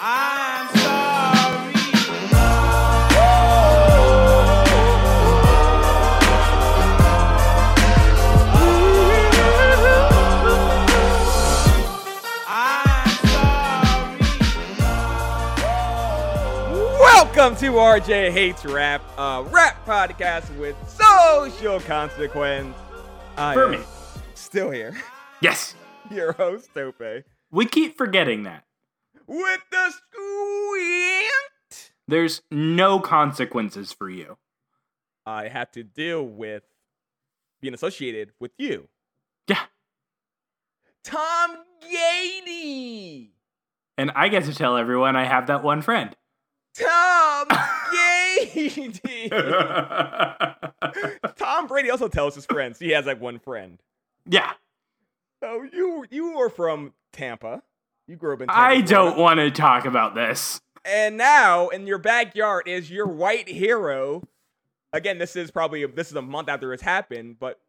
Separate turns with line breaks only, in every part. I'm sorry. I'm sorry. Welcome to RJ Hates Rap, a rap podcast with social consequence. I
For
am
me.
Still here.
Yes.
Your host, Tope.
We keep forgetting that.
With the squint.
There's no consequences for you.
I have to deal with being associated with you.
Yeah.
Tom Gady.
And I get to tell everyone I have that one friend.
Tom Gady. Tom Brady also tells his friends he has like one friend.
yeah.
So you you are from Tampa. You grew up in Tampa.
I don't
Florida.
want to talk about this.
And now in your backyard is your white hero. Again, this is probably this is a month after it's happened, but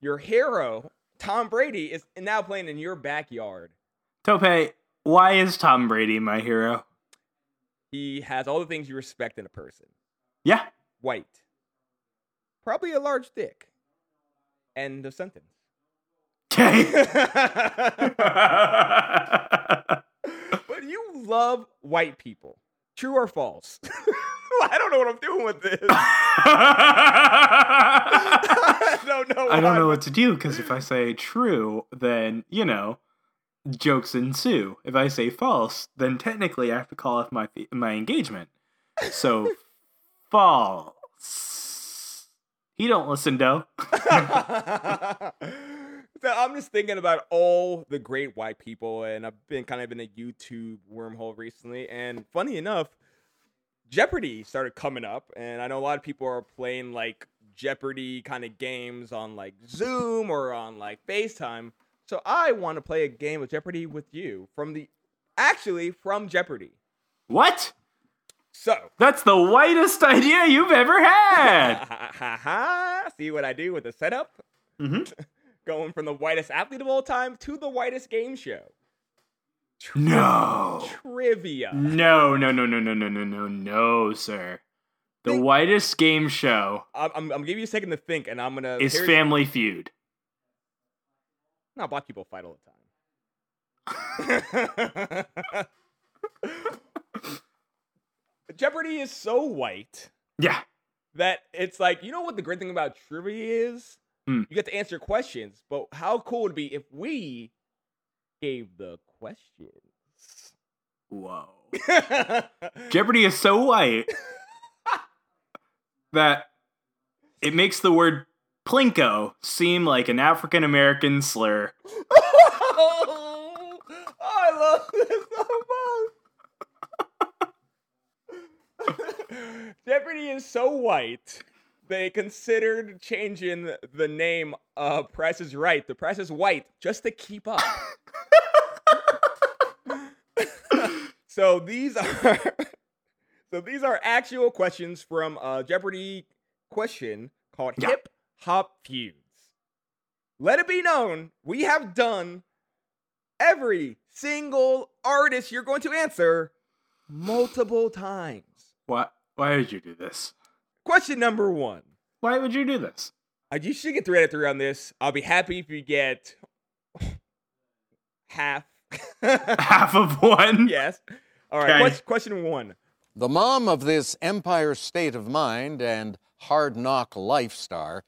your hero, Tom Brady, is now playing in your backyard.
Tope, why is Tom Brady my hero?
He has all the things you respect in a person.
Yeah.
White. Probably a large dick. End of sentence.
Okay.
but you love white people. True or false? I don't know what I'm doing with this.
I
I don't know.
don't
why.
know what to do because if I say true, then, you know, jokes ensue. If I say false, then technically I have to call off my my engagement. So false. He don't listen though.
so I'm just thinking about all the great white people, and I've been kind of in a YouTube wormhole recently. And funny enough, Jeopardy started coming up, and I know a lot of people are playing like Jeopardy kind of games on like Zoom or on like FaceTime. So I want to play a game of Jeopardy with you from the actually from Jeopardy.
What?
So
That's the whitest idea you've ever had.
ha ha ha! See what I do with the setup?
Mhm.
Going from the whitest athlete of all time to the whitest game show.
No.
Trivia.
No, no, no, no, no, no, no, no, no, sir. The
Think-
whitest game show
I'm, I'm, I'm giving you a second to think, and I'm gonna.
is
here's-
Family Feud.
No, black people fight all the time. Jeopardy is so white
Yeah.
that it's like you know what the great thing about trivia is.
Hmm.
You get to answer questions, but how cool would it be if we gave the questions?
Whoa. Jeopardy is so white that it makes the word plinko seem like an African American slur.
oh, I love this so much. Jeopardy is so white. They considered changing the name of Price is Right. The Price is White just to keep up. so these are so these are actual questions from a Jeopardy question called
Yeah.
Hip Hop Feuds. Let it be known we have done every single artist you're going to answer multiple times.
Why? Why would you do this?
Question number one.
Why would you do this?
Uh, You should get three out of three on this. I'll be happy if you get half.
Half of one.
yes. All right.
Okay.
quest- question one.
The mom of this empire state of mind and hard knock life star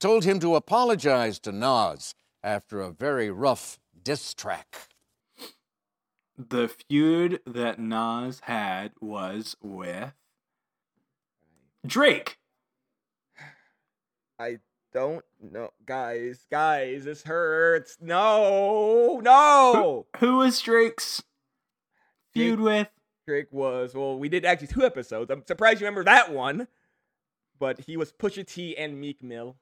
told him to apologize to Nas after a very rough diss track.
The feud that Nas had was with Drake.
I don't know, guys. Guys, this hurts. No, no.
Who was Drake's feud with?
Drake was well. We did actually two episodes. I'm surprised you remember that one. but he was Pusha T and Meek Mill.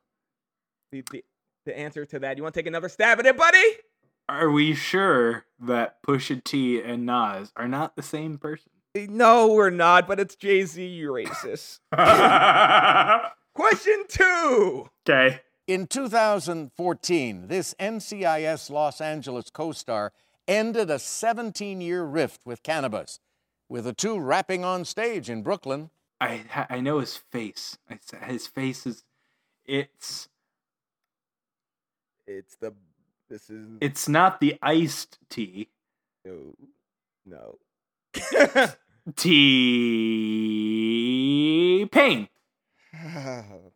The, the, the answer to that. You want to take another stab at it, buddy?
Are we sure that Pusha T and Nas are not the same person?
No, we're not, but it's Jay Z, you racist. Question two.
okay.
In 2014, this NCIS Los Angeles co star ended a 17 year rift with cannabis, with the two rapping on stage in Brooklyn.
I ha- I know his face. I s his face is it's
It's the. This is.
it's not the iced tea.
no. No.
Tea pain.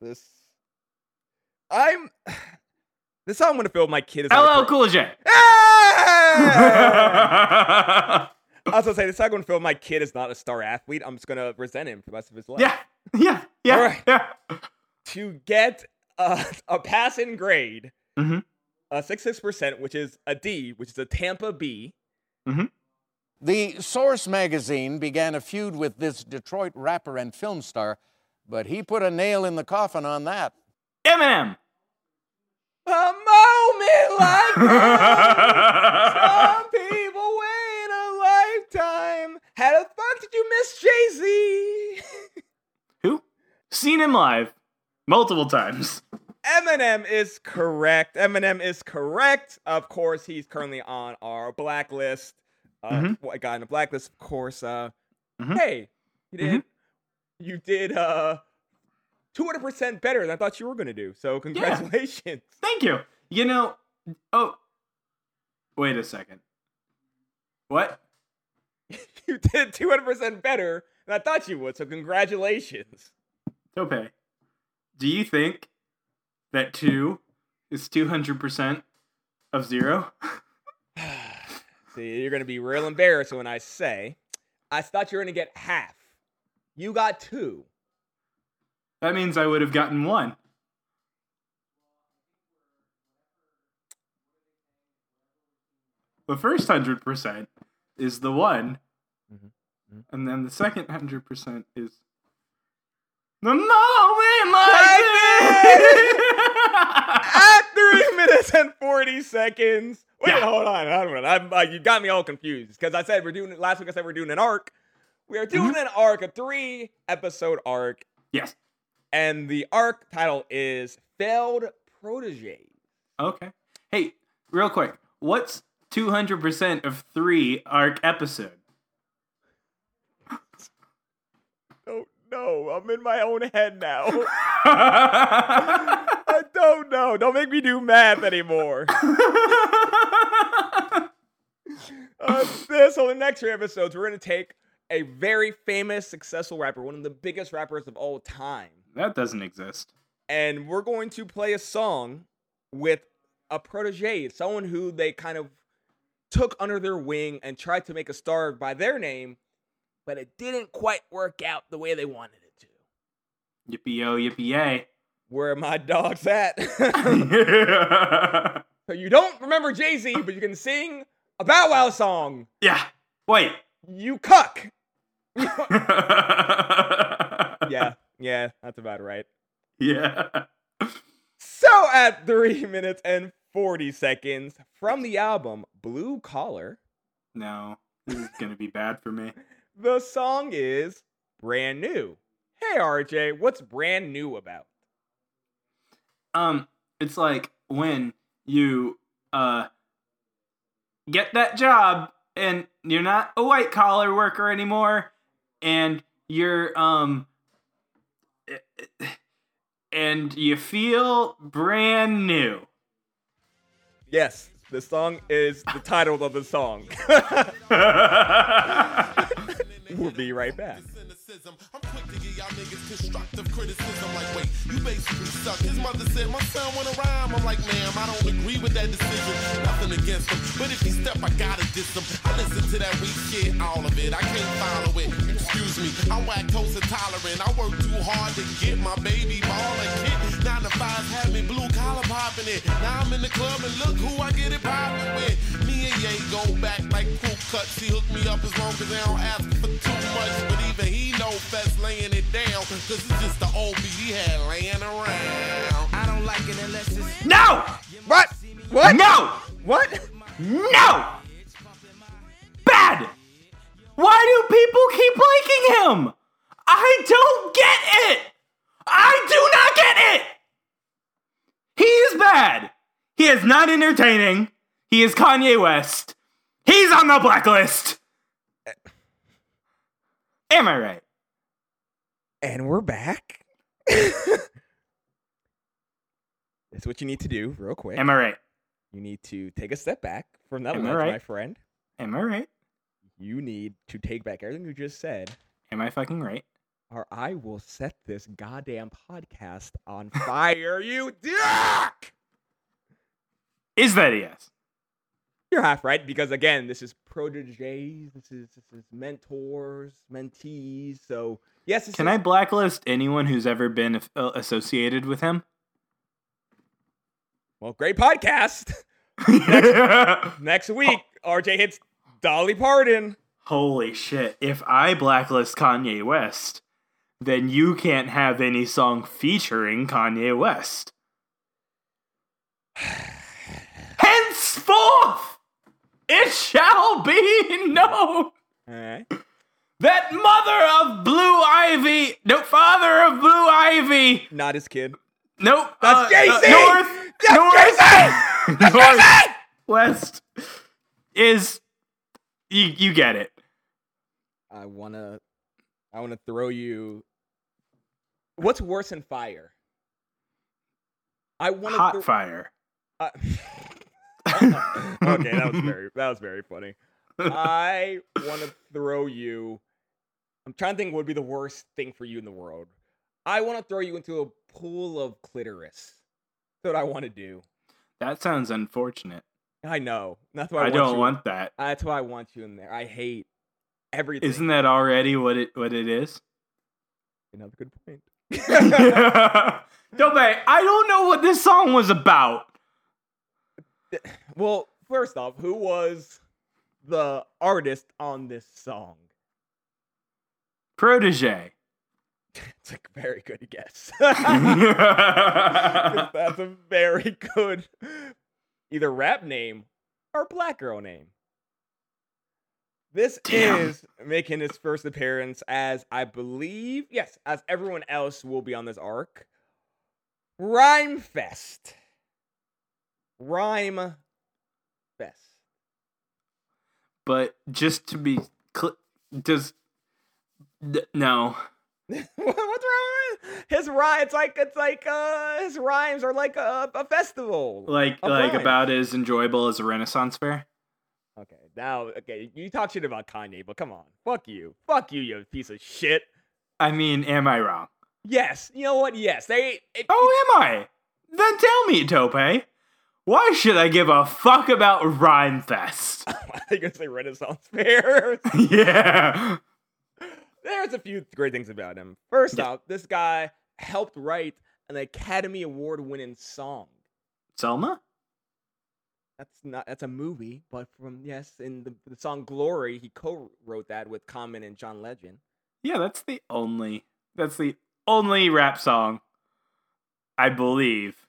this. I'm. This how I'm gonna feel my kid is. out of
LL
pro-
Cool J.
Ah!
yeah,
I was gonna say, this how I'm gonna feel my kid is not a star athlete. I'm just gonna resent him for the rest of his life.
yeah, yeah,
Alright.
yeah.
to get a, a passing grade,
Mhm.
a six six percent, which is a D, which is a Tampa B.
The Source magazine began a feud with this Detroit rapper and film star, but he put a nail in the coffin on that.
Eminem.
A moment like that. Some people wait a lifetime. How the fuck did you miss Jay Z?
Who? Seen him live multiple times.
Eminem is correct. Eminem is correct. Of course, he's currently on our blacklist. Uh,
Mhm.
what Guy on the blacklist, of course. Uh,
Mhm.
Hey, you did.
Mhm.
You did uh, 200% better than I thought you were going to do. So, congratulations.
Thank you. You know. Oh, wait a second. What?
you did 200% better than I thought you would. So, congratulations.
Tope, do you think that two is two hundred percent of zero?
See, you're going to be real embarrassed when I say, I thought you were going to get half. You got two.
That means I would have gotten one. The first hundred percent is the one, and then the second hundred percent is the moment like this.
at three minutes and 40 seconds. Wait,
Yeah.
hold on. Hold on. I'm, uh, you got me all confused because I said we're doing last week. I said we're doing an arc. We are doing an arc, a three episode arc,
yes.
and the arc title is Failed Protege.
Okay. Hey, real quick, what's two hundred percent of three arc episode?
Oh no, I'm in my own head now. I don't know. Don't make me do math anymore. on this on Uh, the next three episodes, we're gonna take a very famous, successful rapper, one of the biggest rappers of all time.
that doesn't exist.
and we're going to play a song with a protege, someone who they kind of took under their wing and tried to make a star by their name, but it didn't quite work out the way they wanted it to.
Yippee yo, yippee yay.
Where are my dogs at? so
yeah.
you don't remember Jay Z, but you can sing a Bow Wow song.
Wait.
You cuck. yeah, yeah, that's about right.
Yeah.
So at three minutes and 40 seconds from the album Blue Collar.
No, this is gonna be bad for me.
The song is brand new. Hey RJ, what's brand new about?
Um, it's like when you uh get that job and you're not a white collar worker anymore, and you're um eh, and you feel brand new.
Yes, the song is the title of the song. we'll be right back.
cynicism. I'm quick to give y'all niggas constructive criticism. Like, wait, you basically suck. His mother said, my son wanna rhyme. I'm like, ma'am, I don't agree with that decision. Nothing against him, but if he step, I gotta diss him. I listen to that weak shit, all of it. I can't follow it. Excuse me, I'm lactose intolerant. I work too hard to get my baby ball and kid. Nine to five had me blue collar, club hopping it. Now I'm in the club and look who I get it poppin' with. Me and Ye go back like pool cuts. He hooked me up as long as they don't ask for too much. But even he know Fest laying it down. Cause it's just the old beat he had laying around.
I don't like it unless it's
No!
What? What?
No!
What?
No! Bad! Why do people keep liking him? I don't get it! I do not get it! He is bad. He is not entertaining. He is Kanye West. He's on the blacklist. Am I right?
And we're back. That's what you need to do, real quick.
Am I right?
you need to take a step back from that
Am I
lunch, my
right?
friend.
Am I right?
You need to take back everything you just said,
Am I fucking right?
or I will set this goddamn podcast on fire, you dick!
Is that a yes?
You're half right because again, this is proteges, this is this is mentors, mentees. So yes, this
Can
is-
I blacklist anyone who's ever been uh, associated with him?
Well, great podcast. Next
Oh.
week, RJ hits Dolly Parton.
Holy shit. If I blacklist Kanye West, then you can't have any song featuring Kanye West. Henceforth, it shall be known
All right.
that mother of Blue Ivy, no, father of Blue Ivy,
Not his kid.
nope,
That's Jay-Z!
Uh, North,
That's
North, North West is, you, you get it.
I wanna I wanna throw you What's worse than fire? I wanna
Hot
thro-
fire.
I- okay, that was very that was very funny. I wanna throw you I'm trying to think what would be the worst thing for you in the world. I wanna throw you into a pool of clitoris. That's what I wanna do.
That sounds unfortunate.
I know. That's why I,
I,
want
don't
you-
want that.
that's why I want you in there. I hate everything.
Isn't that already what it what it is?
another good point?
Dope, I don't know what this song was about.
Well, first off, who was the artist on this song?
Protege.
It's a very good guess.
I
That's a very good either rap name or black girl name. This
Damn.
is making his first appearance as I believe, yes, as everyone else will be on this arc. Rhyme Fest. Rhyme Fest.
but just to be cl- does d- no.
What's wrong with his rhyme? It's like it's like uh his rhymes are like a, a festival.
Like
Of
like
rhymes.
about as enjoyable as a Renaissance fair.
Okay, now okay, you talk shit about Kanye, but come on, fuck you, fuck you, you piece of shit.
I mean, am I wrong?
Yes, you know what? Yes, they. It,
Oh, am I? Then tell me, Tope. Why should I give a fuck about Rhymefest?
I think gonna say Renaissance fair.
yeah.
There's a few great things about him. First
Yeah.
off, this guy helped write an Academy Award winning song.
Selma?
That's not that's a movie, but from yes, in the, the song Glory, he co-wrote that with Common and John Legend.
Yeah, that's the only that's the only rap song I believe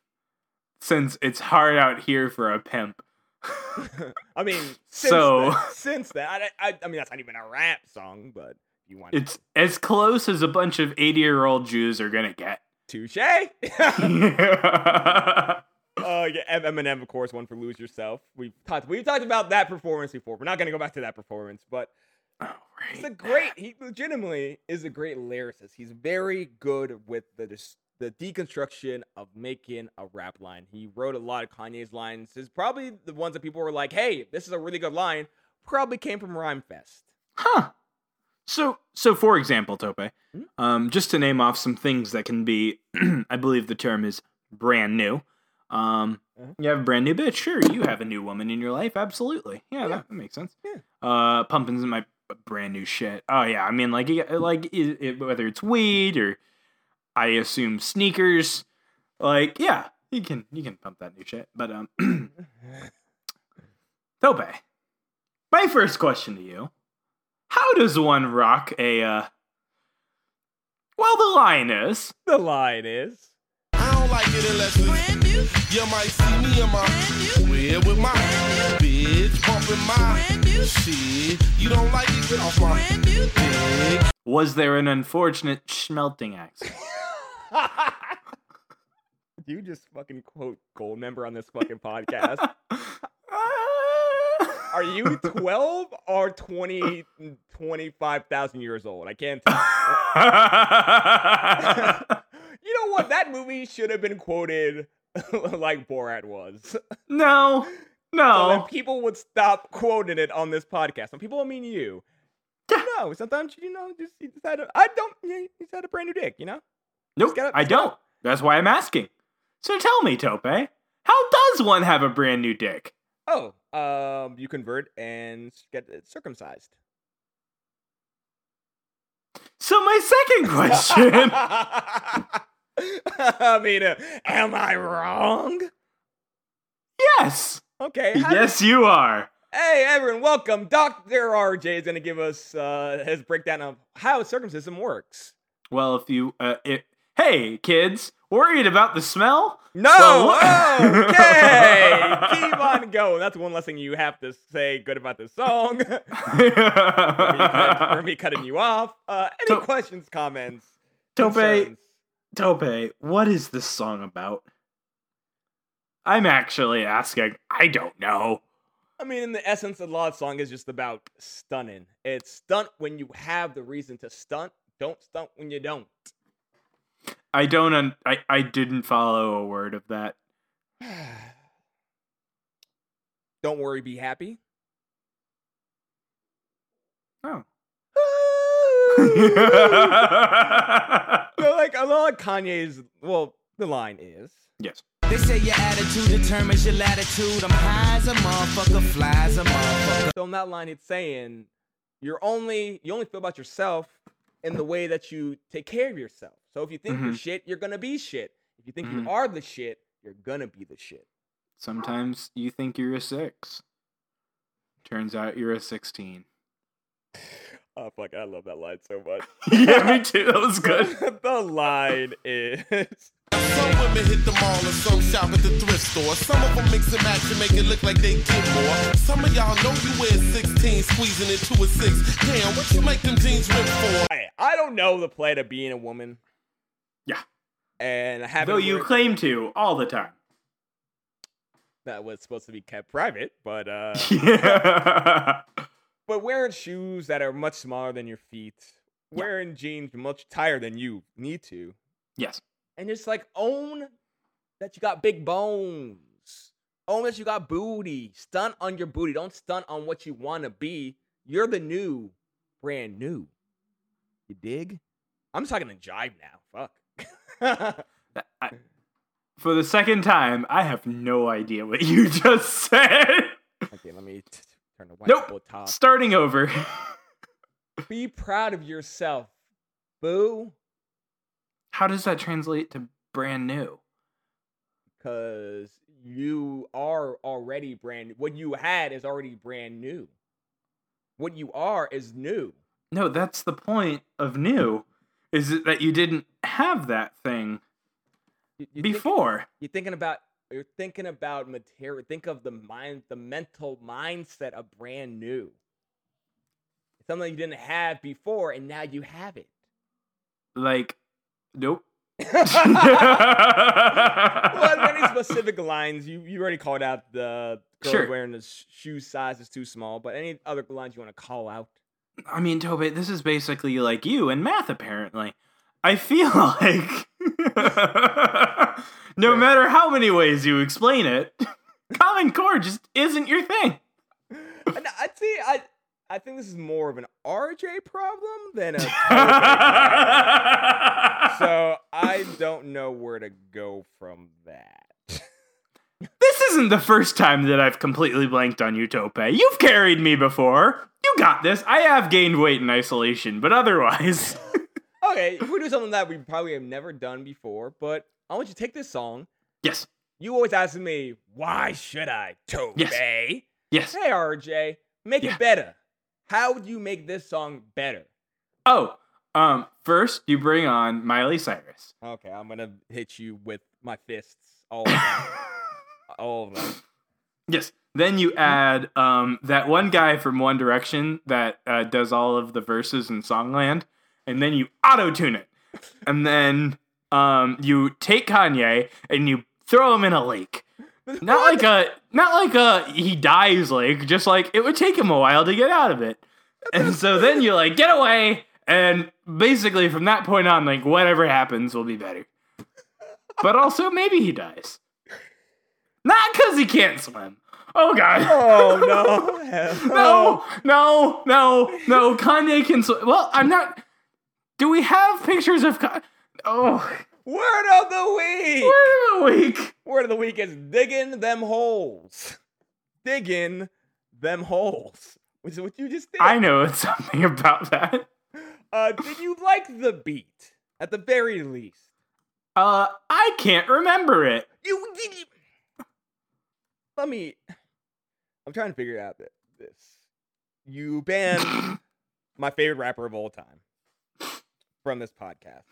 since it's hard out here for a pimp.
I mean, since
So-
then, since then, I, I, I mean, that's not even a rap song, but if you want
It's as close as a bunch of 80-year-old Jews are going to get.
touche. uh,
yeah,
yeah, M- Eminem, of course, one for "Lose Yourself." We've talked, we've talked about that performance before. We're not going to go back to that performance, but it's a great. He legitimately is a great lyricist. He's very good with the dis- the deconstruction of making a rap line. He wrote a lot of Kanye's lines. Is probably the ones that people were like, "Hey, this is a really good line." Probably came from Rhyme Fest.
Huh. So, so for example, Tope, um, just to name off some things that can be, I believe the term is brand new. Um,
Mhm.
You have a brand new bitch, sure. You have a new woman in your life, absolutely. Yeah, That, that makes sense.
Yeah.
Uh, pumpkins in my brand new shit. Oh yeah, I mean like you- like it, it, whether it's weed or I assume sneakers, like yeah, You can you can pump that new shit. But um Tope. My first question to you. How does one rock a uh Well the line is
The line is
I don't like it unless it's brand new. You might see me in my brand new. Weird with my brand new. bitch bumping my brand new. shit. You don't like it? Get off my brand new. dick.
was there an unfortunate smelting accident?
you just fucking quote gold member on this fucking podcast. Are you 12 or 20, 25,000 years old? I can't tell. You know what? That movie should have been quoted like Borat was.
no.
So then
No.
people would stop quoting it on this podcast. And people, I mean you. No, sometimes you know, just you just had a, I don't. You just had a brand new dick, you know.
Nope,
gotta-
I don't. That's why I'm asking. So tell me, Tope, how does one have a brand new dick?
Oh, um, you convert and get it circumcised.
So my second question.
I mean, uh, am I wrong?
yes.
Okay. how
Yes, you are.
did- hey, everyone, welcome. Doctor RJ is going to give us uh, his breakdown of how circumcision works.
Well, if you, uh, it, hey, kids, worried about the smell?
No.
Well, what-
okay. Keep on going. That's one less thing you have to say good about this song. for, me cut- for me cutting you off. Uh, any
To-
questions, comments?
Tope.
concerns?
Tope, what is this song about? I'm actually asking. I don't know.
I mean, in the essence, a lot of song is just about stunning. It's stunt when you have the reason to stunt. Don't stunt when you don't.
I don't. Un- I I didn't follow a word of that.
Don't worry, be happy.
Oh.
So, like a lot of Kanye's. Well, the line is.
yes.
They say your attitude determines your latitude. I'm high as a motherfucker, fly as a motherfucker.
So in that line, it's saying you're only you only feel about yourself in the way that you take care of yourself. So if you think you're shit, you're gonna be shit. If you think
Mhm.
you are the shit, you're gonna be the shit.
Sometimes you think you're a six. Turns out you're a sixteen.
Oh fuck, I love that line so much.
yeah, me too. That was good.
the line is
Some women hit the mall and some shop at the thrift store. Some of them mix and match and make it look like they get more. Some of y'all know you wear 16, squeezing it to a six. Damn, what you make them jeans rip for?
Hey, I don't know the plight of being a woman.
Yeah.
And I
Though
haven't
you
worked-
claim to all the time.
that was supposed to be kept private, but uh
Yeah.
but wearing shoes that are much smaller than your feet, wearing jeans much tighter than you need to,
yes.
and just like own that you got big bones. Own that you got booty. Stunt on your booty. Don't stunt on what you want to be. You're the new, brand new. You dig? I'm just talking in jive now. Fuck.
I, for the second time, I have no idea what you just said.
okay, let me t- turn the white
nope.
top.
Starting over.
Be proud of yourself, boo.
How does that translate to brand new?
because you are already brand what you had is already brand new what you are is new
No, that's the point of new, is it that you didn't have that thing
You- you think-
before.
you're thinking about you're thinking about material think of the mind the mental mindset of brand new something you didn't have before and now you have it
Like, nope.
well many specific lines you you already called out the girl
Sure.
wearing the sh- shoe size is too small but any other lines you want to call out
I mean, Tobe, this is basically like you in math, apparently. I feel like no matter how many ways you explain it, Common Core just isn't your thing.
And I see. I I think this is more of an RJ problem than a. Tope problem. so I don't know where to go from that.
This isn't the first time that I've completely blanked on you, Tope. You've carried me before. You got this. I have gained weight in isolation, but otherwise.
Okay, if we do something that we probably have never done before, but I want you to take this song
yes.
You always ask me, why should I, Toby?
Yes.
Hey, RJ, make
Yeah.
it better. How would you make this song better?
Oh, um, first you bring on Miley Cyrus.
Okay, I'm gonna hit you with my fists. All of them. all of them.
Yes. Then you add um, that one guy from One Direction that uh, does all of the verses in Songland, and then you auto tune it. And then um, you take Kanye and you throw him in a lake. Not like a, not like a he dies lake, just like it would take him a while to get out of it. And so then you're like, get away. And basically from that point on, like whatever happens will be better. But also maybe he dies. Not because he can't swim. Oh god.
Oh no! Hell.
No, no, no, no. Kanye can swim. Well, I'm not. Do we have pictures of Kanye? Oh,
Word of the week.
word of the week.
Word of the week is digging them holes. Digging them holes, which is what you just did.
I know it's something about that.
Uh, did you like the beat at the very least?
Uh, I can't remember it.
You did. You... Let me. I'm trying to figure out th- this. You banned my favorite rapper of all time from this podcast.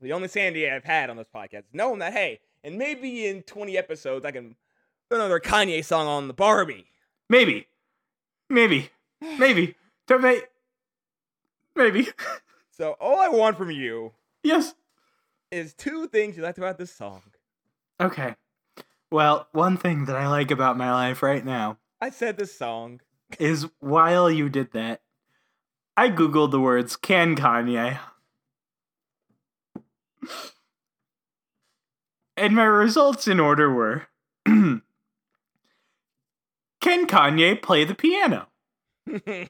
The only sanity I've had on this podcast, knowing that hey, and maybe in 20 episodes I can put another Kanye song on the Barbie.
Maybe, maybe, maybe. Don't make. Maybe.
So all I want from you
yes.
is two things you liked about this song.
Okay. Well, one thing that I like about my life right now
I said this song.
is while you did that, I googled the words "can Kanye," and my results in order were: Can Kanye play the piano?
I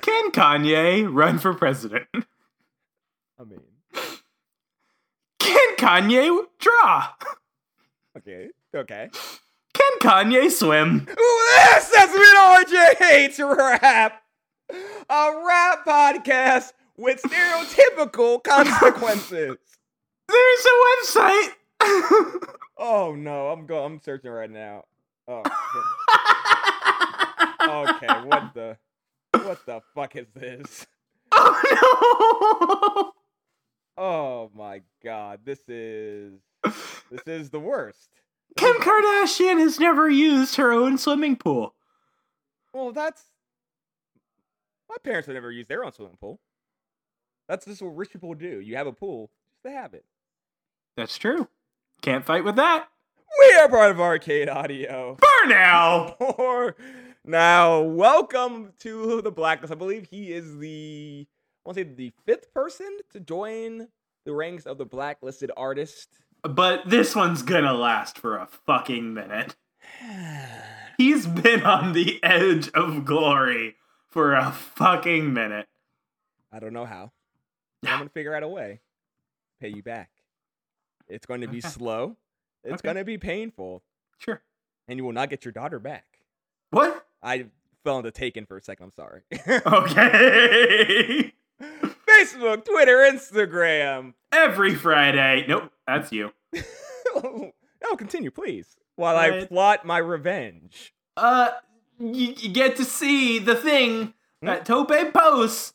Can Kanye run for president?
mean,
Can Kanye draw?
okay, okay.
Can Kanye swim?
This has been RJ Hates Rap, a rap podcast with stereotypical consequences.
There's a website.
Oh no, I'm go. I'm searching right now. Oh, shit. Oh. okay. What the? What the fuck is this?
oh
Oh my god, this is
no!
this is the worst.
Kim Kardashian has never used her own swimming pool.
Well, that's my parents would never use their own swimming pool. That's just what rich people do. You have a pool, just to have it.
That's true. Can't fight with that.
We are part of Arcade Audio.
For now.
Or now, welcome to the Blacklist. I believe he is the I want to say the fifth person to join the ranks of the blacklisted artist.
But this one's gonna last for a fucking minute. He's been on the edge of glory for a fucking minute.
I don't know how. but I'm gonna figure out a way. Pay you back. It's going to be
Okay.
slow. It's
Okay.
going to be painful,
Sure.
and you will not get your daughter back.
What?
I fell into Taken for a second. I'm sorry.
Okay.
Facebook, Twitter, Instagram.
Every Friday. Nope, that's you.
no, continue, please. While I
Right.
plot my revenge.
uh you, you get to see the thing that Tope posts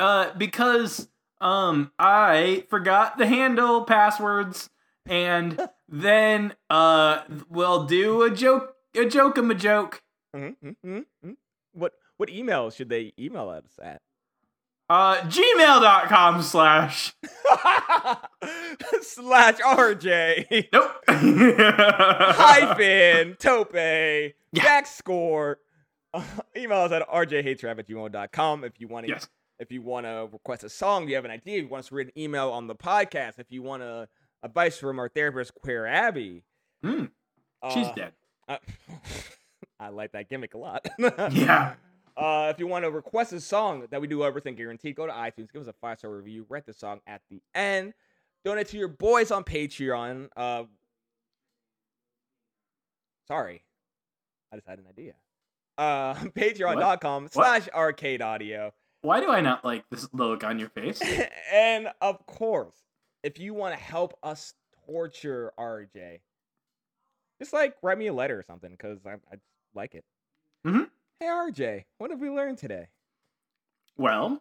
uh because um I forgot the handle passwords and then uh we'll do a joke a joke a joke
Mhm, mhm, mhm, mhm. What what email should they email us at?
uh gmail.com slash
Slash RJ
nope
hyphen tope back score. email us at rjhatestrap at gmail.com if you want to
yes
if you want to request a song, you have an idea, you want us to read an email on the podcast, if you want a advice from our therapist, Queer Abby.
Hmm. she's
uh,
dead
I, I like that gimmick a lot.
yeah
Uh, if you want to request a song that we do everything guaranteed, go to iTunes, give us a five star review, rate the song at the end, donate to your boys on Patreon. Uh, sorry, I just had an idea. Uh, Patreon.com slash arcade audio.
why do I not like this look on your face
and of course, if you want to help us torture RJ. Just like write me a letter or something because I, I like it.
Mhm.
Hey RJ, what have we learned today?
Well,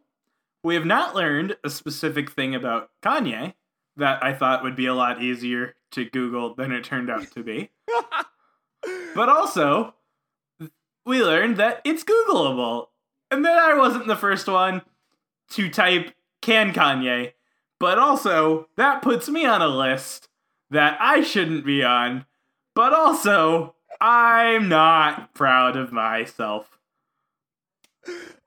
we have not learned a specific thing about Kanye that I thought would be a lot easier to Google than it turned out to be. but also, we learned that it's Googleable, and that I wasn't the first one to type can Kanye. But also, that puts me on a list that I shouldn't be on. But also, I'm not proud of myself.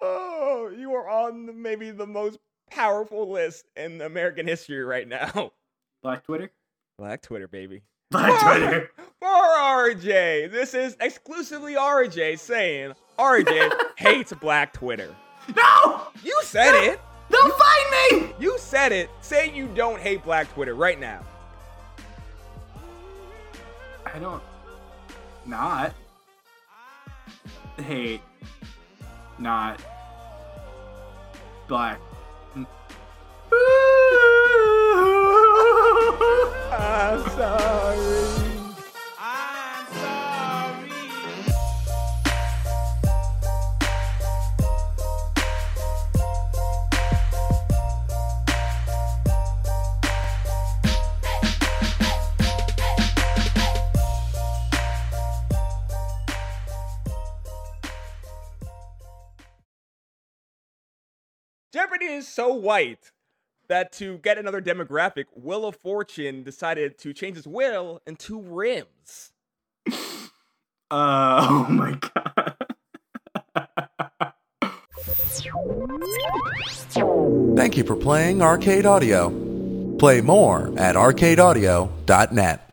Oh, you are on the- maybe the most powerful list in American history right now.
Black Twitter?
Black Twitter, baby.
Black Twitter.
For RJ, this is exclusively RJ saying RJ hates Black Twitter.
No!
You said it.
They'll find me!
You said it. Say you don't hate Black Twitter right now.
I don't. Not. Hate. Not. Black.
I'm sorry. Jeopardy is so white that to get another demographic, Will of Fortune decided to change his will into rims.
Uh, oh my god.
Thank you for playing Arcade Audio. Play more at arcadeaudio.net.